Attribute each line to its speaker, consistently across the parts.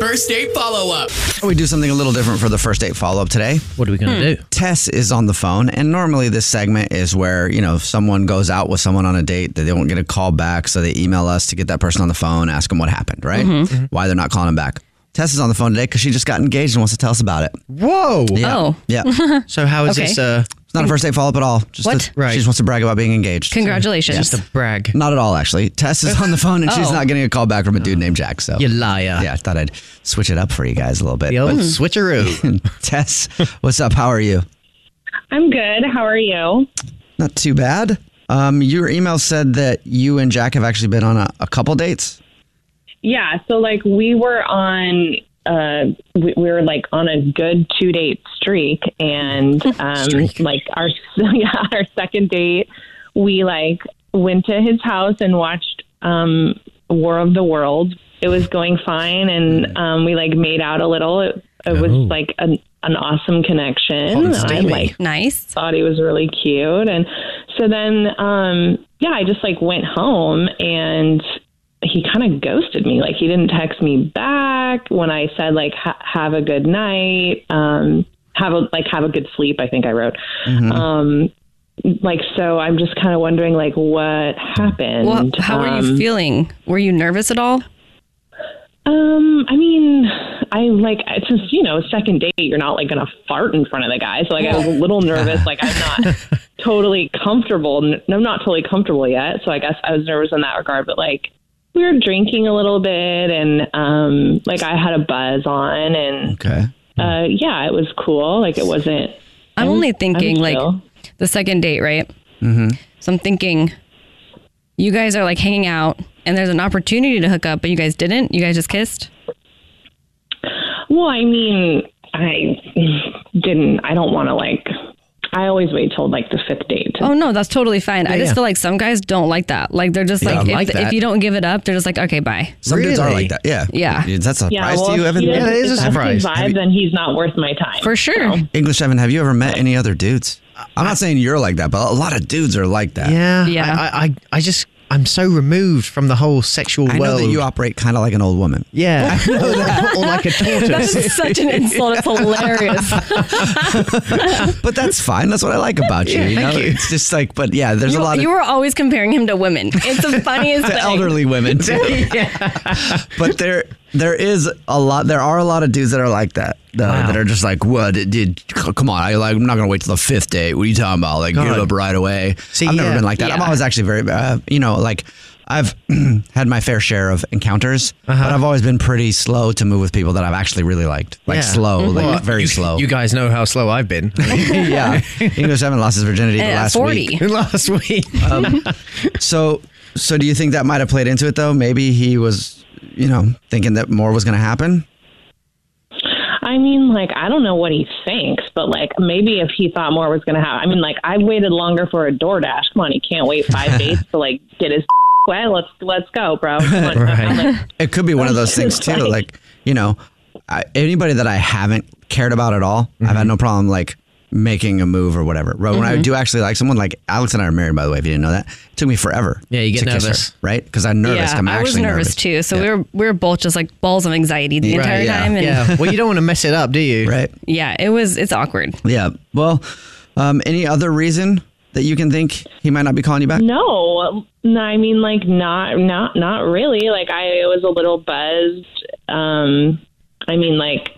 Speaker 1: First date follow up.
Speaker 2: We do something a little different for the first date follow up today.
Speaker 3: What are we going to hmm. do?
Speaker 2: Tess is on the phone, and normally this segment is where, you know, if someone goes out with someone on a date, they don't get a call back, so they email us to get that person on the phone, ask them what happened, right? Mm-hmm. Why they're not calling them back. Tess is on the phone today because she just got engaged and wants to tell us about it.
Speaker 3: Whoa.
Speaker 2: Yeah.
Speaker 4: Oh.
Speaker 2: Yeah.
Speaker 3: so how is okay. this? Uh,
Speaker 2: it's not a first date follow up at all. Just
Speaker 4: what?
Speaker 2: A, right. She just wants to brag about being engaged.
Speaker 4: Congratulations.
Speaker 3: So, yeah. Just to brag.
Speaker 2: Not at all, actually. Tess is on the phone and oh. she's not getting a call back from a dude named Jack. So
Speaker 3: you liar.
Speaker 2: Yeah, I thought I'd switch it up for you guys a little bit.
Speaker 3: The old switcheroo.
Speaker 2: Tess, what's up? How are you?
Speaker 5: I'm good. How are you?
Speaker 2: Not too bad. Um, your email said that you and Jack have actually been on a, a couple dates.
Speaker 5: Yeah. So like we were on uh, we, we, were like on a good two date streak, and um, streak. like our yeah our second date, we like went to his house and watched um, War of the Worlds. It was going fine, and um, we like made out a little. It, it oh. was like an an awesome connection.
Speaker 4: Oh, I like nice.
Speaker 5: Thought he was really cute, and so then um, yeah, I just like went home and he kind of ghosted me. Like he didn't text me back when I said like ha- have a good night, um, have a like have a good sleep. I think I wrote. Mm-hmm. Um, like so, I'm just kind of wondering like what happened.
Speaker 4: Well, how um, were you feeling? Were you nervous at all?
Speaker 5: Um, I mean, I like since you know second date, you're not like gonna fart in front of the guy. So like I was a little nervous. Like I'm not totally comfortable. I'm not totally comfortable yet. So I guess I was nervous in that regard. But like we were drinking a little bit and um like I had a buzz on and
Speaker 2: okay.
Speaker 5: uh yeah, it was cool. Like it wasn't
Speaker 4: I'm, I'm only thinking I'm like chill. the second date, right?
Speaker 2: Mm-hmm.
Speaker 4: So I'm thinking you guys are like hanging out and there's an opportunity to hook up, but you guys didn't. You guys just kissed?
Speaker 5: Well, I mean, I didn't I don't want to like I always wait till like the fifth date.
Speaker 4: Oh no, that's totally fine. Yeah, I just yeah. feel like some guys don't like that. Like they're just yeah, like, if, like the, if, you don't give it up, they're just like, okay, bye.
Speaker 2: Some really? dudes are like that. Yeah,
Speaker 4: yeah.
Speaker 2: Is that a surprise
Speaker 5: well,
Speaker 2: to you, Evan?
Speaker 5: Does,
Speaker 2: yeah,
Speaker 5: it is a surprise. Vibe, then he's not worth my time
Speaker 4: for sure. So.
Speaker 2: English Evan, have you ever met any other dudes? I'm not saying you're like that, but a lot of dudes are like that.
Speaker 3: Yeah,
Speaker 4: yeah.
Speaker 3: I, I, I just I'm so removed from the whole sexual
Speaker 2: I
Speaker 3: world.
Speaker 2: know that you operate kind of like an old woman.
Speaker 3: Yeah. I know that. or like a tortoise.
Speaker 4: That's such an insult. It's hilarious.
Speaker 2: but that's fine. That's what I like about you. Yeah, you know, you. it's just like, but yeah, there's
Speaker 4: you,
Speaker 2: a lot. Of,
Speaker 4: you were always comparing him to women. It's the funniest
Speaker 2: to
Speaker 4: thing.
Speaker 2: elderly women. yeah. But there, there is a lot. There are a lot of dudes that are like that. Though, wow. That are just like, what? It did come on? I like. I'm not gonna wait till the fifth date. What are you talking about? Like, God. give up right away. See, I've yeah, never been like that. Yeah. I'm always actually very, uh, you know, like I've had my fair share of encounters, uh-huh. but I've always been pretty slow to move with people that I've actually really liked. Like yeah. slow, mm-hmm. like well, very
Speaker 3: you,
Speaker 2: slow.
Speaker 3: You guys know how slow I've been.
Speaker 2: yeah, English haven't lost his virginity uh, last
Speaker 4: 40.
Speaker 2: week.
Speaker 3: Last week. Um,
Speaker 2: so, so do you think that might have played into it though? Maybe he was you know, thinking that more was going to happen?
Speaker 5: I mean, like, I don't know what he thinks, but like, maybe if he thought more was going to happen, I mean, like, I waited longer for a DoorDash. Come on, he can't wait five days to like get his quit. Let's let's go, bro. Come on.
Speaker 2: It could be one of those things too. Like, you know, I, anybody that I haven't cared about at all, I've
Speaker 3: Mm-hmm.
Speaker 2: had no problem like making a move or whatever. Right when I
Speaker 3: Mhm.
Speaker 2: do actually like someone, like Alex and I are married, by the way, if you didn't know that, it took me forever. Yeah,
Speaker 3: you get
Speaker 2: to kiss her,
Speaker 3: nervous.
Speaker 2: right? Because I'm nervous.
Speaker 4: Yeah,
Speaker 2: I'm
Speaker 4: I was
Speaker 2: actually
Speaker 4: nervous, too. So we were we were both just like balls of anxiety the
Speaker 2: Right,
Speaker 4: entire
Speaker 2: yeah.
Speaker 4: time. And
Speaker 2: Yeah.
Speaker 3: Well, you don't want to mess it up, do you?
Speaker 2: Right.
Speaker 4: yeah, it was it's awkward.
Speaker 2: Yeah. Well, um, any other reason that you can think he might not be calling you back?
Speaker 5: No, no, I mean like not not not really. Like I was a little buzzed. Um, I mean like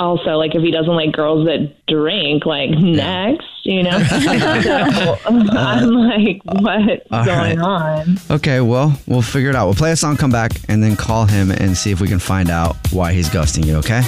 Speaker 5: also like if he doesn't like girls that drink, like next, you know. so I'm like, what's
Speaker 2: all right.
Speaker 5: going on?
Speaker 2: Okay, well, we'll figure it out. We'll play a song, come back, and then call him and see if we can find out why he's ghosting you, okay?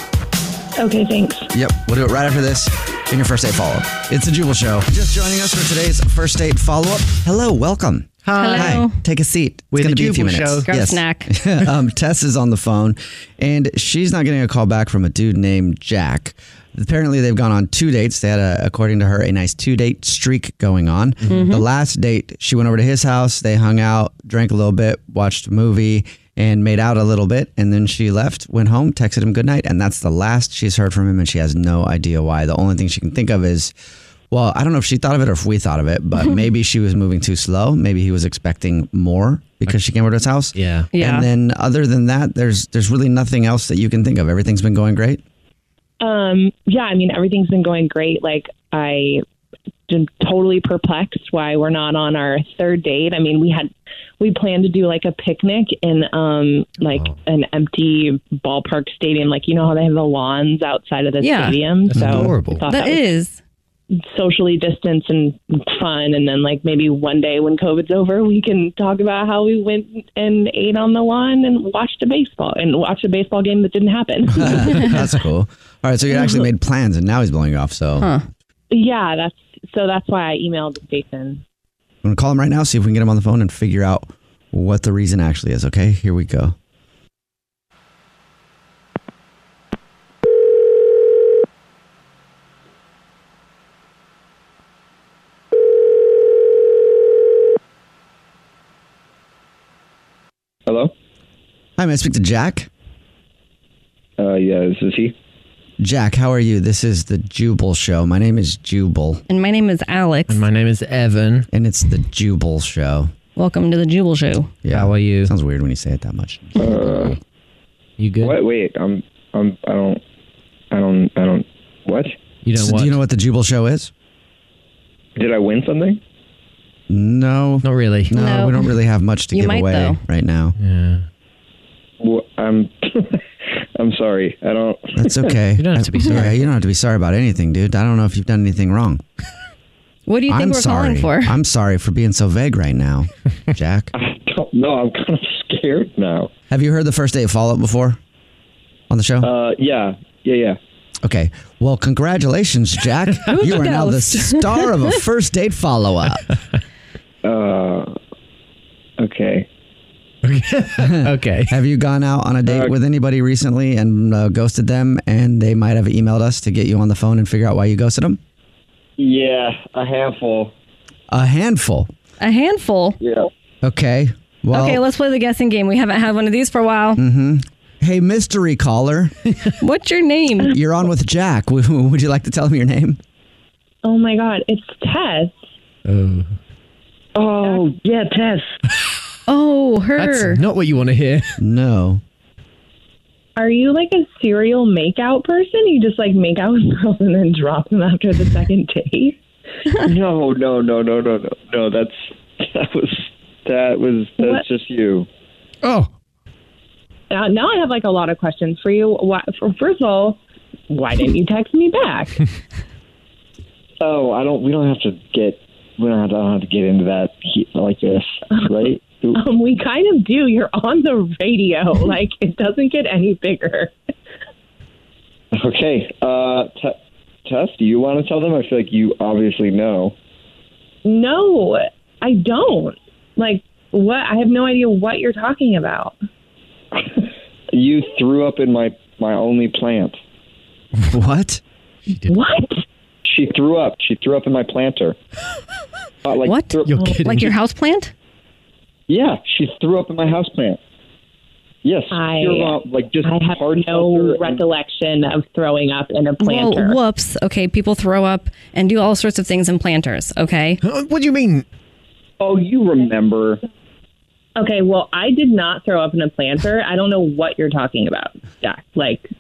Speaker 5: Okay, thanks.
Speaker 2: Yep, we'll do it right after this in your first date follow up. It's a Jubal Show. Just joining us for today's first date follow up. Hello, welcome.
Speaker 3: Hi. Hello.
Speaker 2: Take a seat.
Speaker 3: We're
Speaker 2: it's
Speaker 3: the
Speaker 2: going to be a few
Speaker 3: Jubal
Speaker 2: minutes.
Speaker 3: Show. Grab a snack.
Speaker 2: um, Tess is on the phone, and she's not getting a call back from a dude named Jack. Apparently, they've gone on two dates. They had, a, according to her, a nice two date streak going on.
Speaker 3: Mhm.
Speaker 2: The last date, she went over to his house. They hung out, drank a little bit, watched a movie, and made out a little bit. And then she left, went home, texted him goodnight. And that's the last she's heard from him. And she has no idea why. The only thing she can think of is, well, I don't know if she thought of it or if we thought of it, but maybe she was moving too slow. Maybe he was expecting more because she came over to his house.
Speaker 3: Yeah.
Speaker 5: Yeah.
Speaker 2: And then other than that, there's there's really nothing else that you can think of. Everything's been going great.
Speaker 5: Um, yeah, I mean, everything's been going great. Like, I am totally perplexed why we're not on our third date. I mean, we had we planned to do like a picnic in um like an empty ballpark stadium. Like, you know how they have the lawns outside of the
Speaker 4: Yeah.
Speaker 5: stadium.
Speaker 4: That's
Speaker 5: so I
Speaker 4: adorable.
Speaker 5: thought
Speaker 4: That
Speaker 5: was
Speaker 4: is.
Speaker 5: socially distanced and fun. And then like maybe one day when COVID's over, we can talk about how we went and ate on the lawn and watched a baseball and watched a baseball game that didn't happen.
Speaker 2: That's cool. All right, so you actually made plans, and now he's blowing you off. So
Speaker 5: Yeah, that's so. That's why I emailed Jason.
Speaker 2: I'm gonna call him right now, see if we can get him on the phone and figure out what the reason actually is. Okay, here we go.
Speaker 6: Hello?
Speaker 2: Hi, may I speak to Jack?
Speaker 6: Uh, yeah, this is he.
Speaker 2: Jack, how are you? This is the Jubal Show. My name is Jubal.
Speaker 4: And my name is Alex.
Speaker 2: my name is Evan. And it's the Jubal Show.
Speaker 4: Welcome to the Jubal Show.
Speaker 2: Yeah. How are you? Sounds weird when you say it that much.
Speaker 6: Uh,
Speaker 2: you good?
Speaker 6: What? Wait, I'm, I'm, I don't, I don't, I don't. What?
Speaker 2: You
Speaker 6: don't
Speaker 2: so Do you know what the Jubal Show is?
Speaker 6: Did I win something?
Speaker 2: No. Not
Speaker 3: really.
Speaker 2: No,
Speaker 6: No.
Speaker 2: we don't really have much to
Speaker 6: You
Speaker 2: give
Speaker 6: might,
Speaker 2: away
Speaker 6: though.
Speaker 2: right now. Yeah.
Speaker 6: Well, I'm, I'm sorry. I don't.
Speaker 2: That's okay. Yeah, you don't have to be sorry about anything, dude. I don't know if you've done anything wrong.
Speaker 4: What do you think
Speaker 2: I'm
Speaker 4: we're
Speaker 2: sorry.
Speaker 4: calling for?
Speaker 2: I'm sorry for being so vague right now, Jack.
Speaker 6: no, I'm kind of scared now.
Speaker 2: Have you heard the first date follow up before on the show?
Speaker 6: Uh, yeah, yeah, yeah.
Speaker 2: okay. Well, congratulations, Jack.
Speaker 6: Who's
Speaker 2: you are now the
Speaker 6: ghost?
Speaker 2: star of a first date follow up.
Speaker 6: Uh, okay.
Speaker 2: okay. Have you gone out on a
Speaker 6: Uh,
Speaker 2: date with anybody recently and uh, ghosted them, and they might have emailed us to get you on the phone and figure out why you ghosted them?
Speaker 6: Yeah, a handful.
Speaker 2: A handful.
Speaker 4: A handful.
Speaker 6: Yeah.
Speaker 2: Okay. Well,
Speaker 4: okay, let's play the guessing game. We haven't had one of these for a while.
Speaker 2: hmm Hey, mystery caller.
Speaker 4: What's your name?
Speaker 2: You're on with Jack. W- Would you like to tell him your name?
Speaker 5: Oh my God, it's Tess.
Speaker 3: Oh.
Speaker 5: Oh yeah, Tess.
Speaker 4: oh, her.
Speaker 3: That's not what you want to hear.
Speaker 2: No.
Speaker 5: Are you like a serial makeout person? You just like make out with girls and then drop them after the second date?
Speaker 6: no, no, no, no, no, no, no. That's that was that was that's
Speaker 5: What?
Speaker 6: just you.
Speaker 3: Oh.
Speaker 5: Now, Uh, now I have like a lot of questions for you. Why, for, first of all, why didn't you text me back?
Speaker 6: Oh, I don't. We don't have to get. We don't have to, I don't have to get into that he- like this, right?
Speaker 5: Um, we kind of do. You're on the radio. Like it doesn't get any bigger.
Speaker 6: okay. Uh, Te- Tess, do you want to tell them? I feel like you obviously know.
Speaker 5: No, I don't. Like what? I have no idea what you're talking about.
Speaker 6: You threw up in my my only plant.
Speaker 2: What?
Speaker 5: What?
Speaker 6: She threw up. She threw up in my planter. Uh, like, what?
Speaker 4: like your house plant?
Speaker 7: Yeah, she threw up in my houseplant. Yes,
Speaker 5: I-
Speaker 7: you're wrong. Like just
Speaker 5: I have
Speaker 7: hard
Speaker 5: no
Speaker 7: seltzer and-
Speaker 5: recollection of throwing up in a planter.
Speaker 8: Well, whoops. Okay, people throw up and do all sorts of things in planters. Okay.
Speaker 3: What do you mean?
Speaker 7: Oh, you remember?
Speaker 5: Okay, well, I did not throw up in a planter. I don't know what you're talking about, Jack. Like,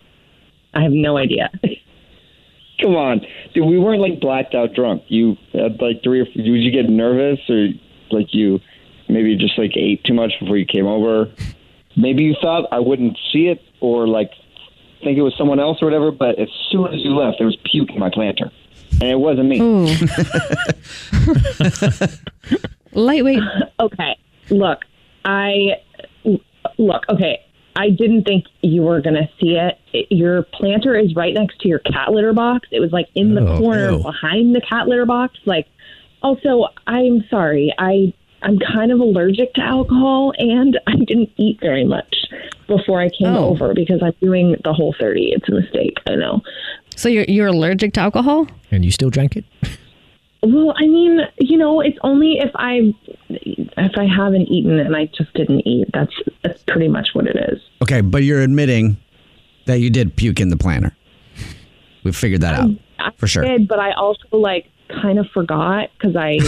Speaker 5: I have no idea.
Speaker 7: Come on, dude. We weren't like blacked out drunk. You had like three or four, would you get nervous or like you maybe just like ate too much before you came over? Maybe you thought I wouldn't see it or like think it was someone else or whatever. But as soon as you left, there was puke in my planter, and it wasn't me.
Speaker 8: Lightweight.
Speaker 5: okay, look, I look. Okay, I didn't think you were gonna see it. It- Your planter is right next to your cat litter box. It was like in the
Speaker 9: Oh,
Speaker 5: corner
Speaker 9: ew.
Speaker 5: behind the cat litter box. Like, also, I'm sorry. I I'm kind of allergic to alcohol, and I didn't eat very much before I came
Speaker 8: Oh.
Speaker 5: over because I'm doing the whole thirty. It's a mistake. I know.
Speaker 8: So you're you're allergic to alcohol?
Speaker 3: And you still drank it?
Speaker 5: Well, I mean, you know, it's only if I if I haven't eaten and I just didn't eat. That's that's pretty much what it is.
Speaker 2: Okay, but you're admitting that you did puke in the planner. We figured that
Speaker 5: I
Speaker 2: out for sure.
Speaker 5: did, but I also like kind of forgot because I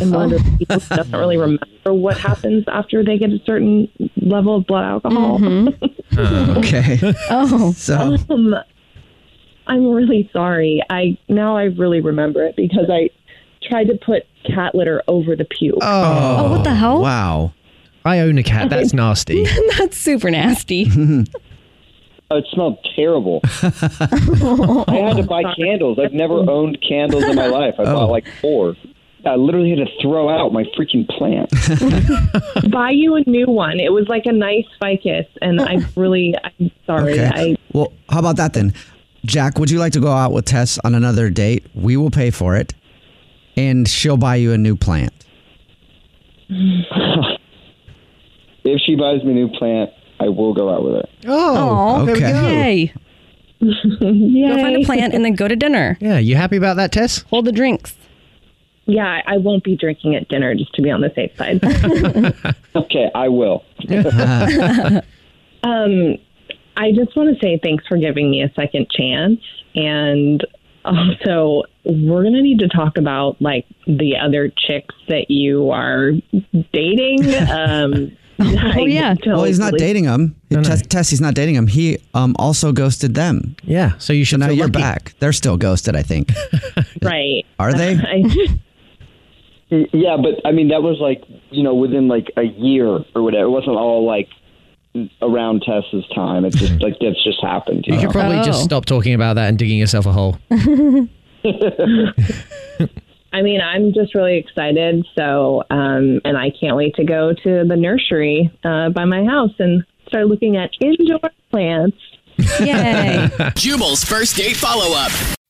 Speaker 5: am one of those people who doesn't really remember what happens after they get a certain level of blood alcohol.
Speaker 8: Mm-hmm.
Speaker 2: okay.
Speaker 8: Oh,
Speaker 2: so
Speaker 5: Um, I'm really sorry. I now I really remember it because I tried to put cat litter over the puke.
Speaker 3: Oh,
Speaker 8: what the hell?
Speaker 2: Wow.
Speaker 3: I own a cat. That's nasty.
Speaker 8: That's super nasty.
Speaker 7: Oh, it smelled terrible. I had to buy candles. I've never owned candles in my life. I
Speaker 2: Oh,
Speaker 7: bought like four. I literally had to throw out my freaking plant.
Speaker 5: Buy you a new one. It was like a nice ficus, and I really I'm sorry.
Speaker 2: Okay.
Speaker 5: I
Speaker 2: well, how about that then? Jack, would you like to go out with Tess on another date? We will pay for it, and she'll buy you a new plant.
Speaker 7: if she buys me a new plant, I will go out with her.
Speaker 8: Oh,
Speaker 3: there we okay. go.
Speaker 8: Yay. Go find a
Speaker 5: Yay.
Speaker 8: plant and then go to dinner.
Speaker 3: Yeah, you happy about that, Tess?
Speaker 8: Hold the drinks.
Speaker 5: Yeah, I won't be drinking at dinner just to be on the safe side.
Speaker 7: Okay, I will.
Speaker 5: um, I just want to say thanks for giving me a second chance, and also we're gonna need to talk about like the other chicks that you are dating. Um,
Speaker 7: Oh,
Speaker 5: I don't
Speaker 2: Well, he's not
Speaker 5: really-
Speaker 2: dating him. Tess, Tess, he's not dating him. He um, also ghosted them.
Speaker 3: Yeah. So you should.
Speaker 2: now
Speaker 3: feel
Speaker 2: you're
Speaker 3: lucky.
Speaker 2: back. They're still ghosted, I think.
Speaker 5: right?
Speaker 2: Are they?
Speaker 7: Yeah, but I mean that was like you know within like a year or whatever. It wasn't all like around Tess's time. It's just like that's just happened. Oh.
Speaker 3: You could probably
Speaker 5: Oh.
Speaker 3: just stop talking about that and digging yourself a hole.
Speaker 5: I mean, I'm just really excited. So, um, and I can't wait to go to the nursery uh, by my house and start looking at indoor plants.
Speaker 8: Yay.
Speaker 10: Jubal's first date follow up.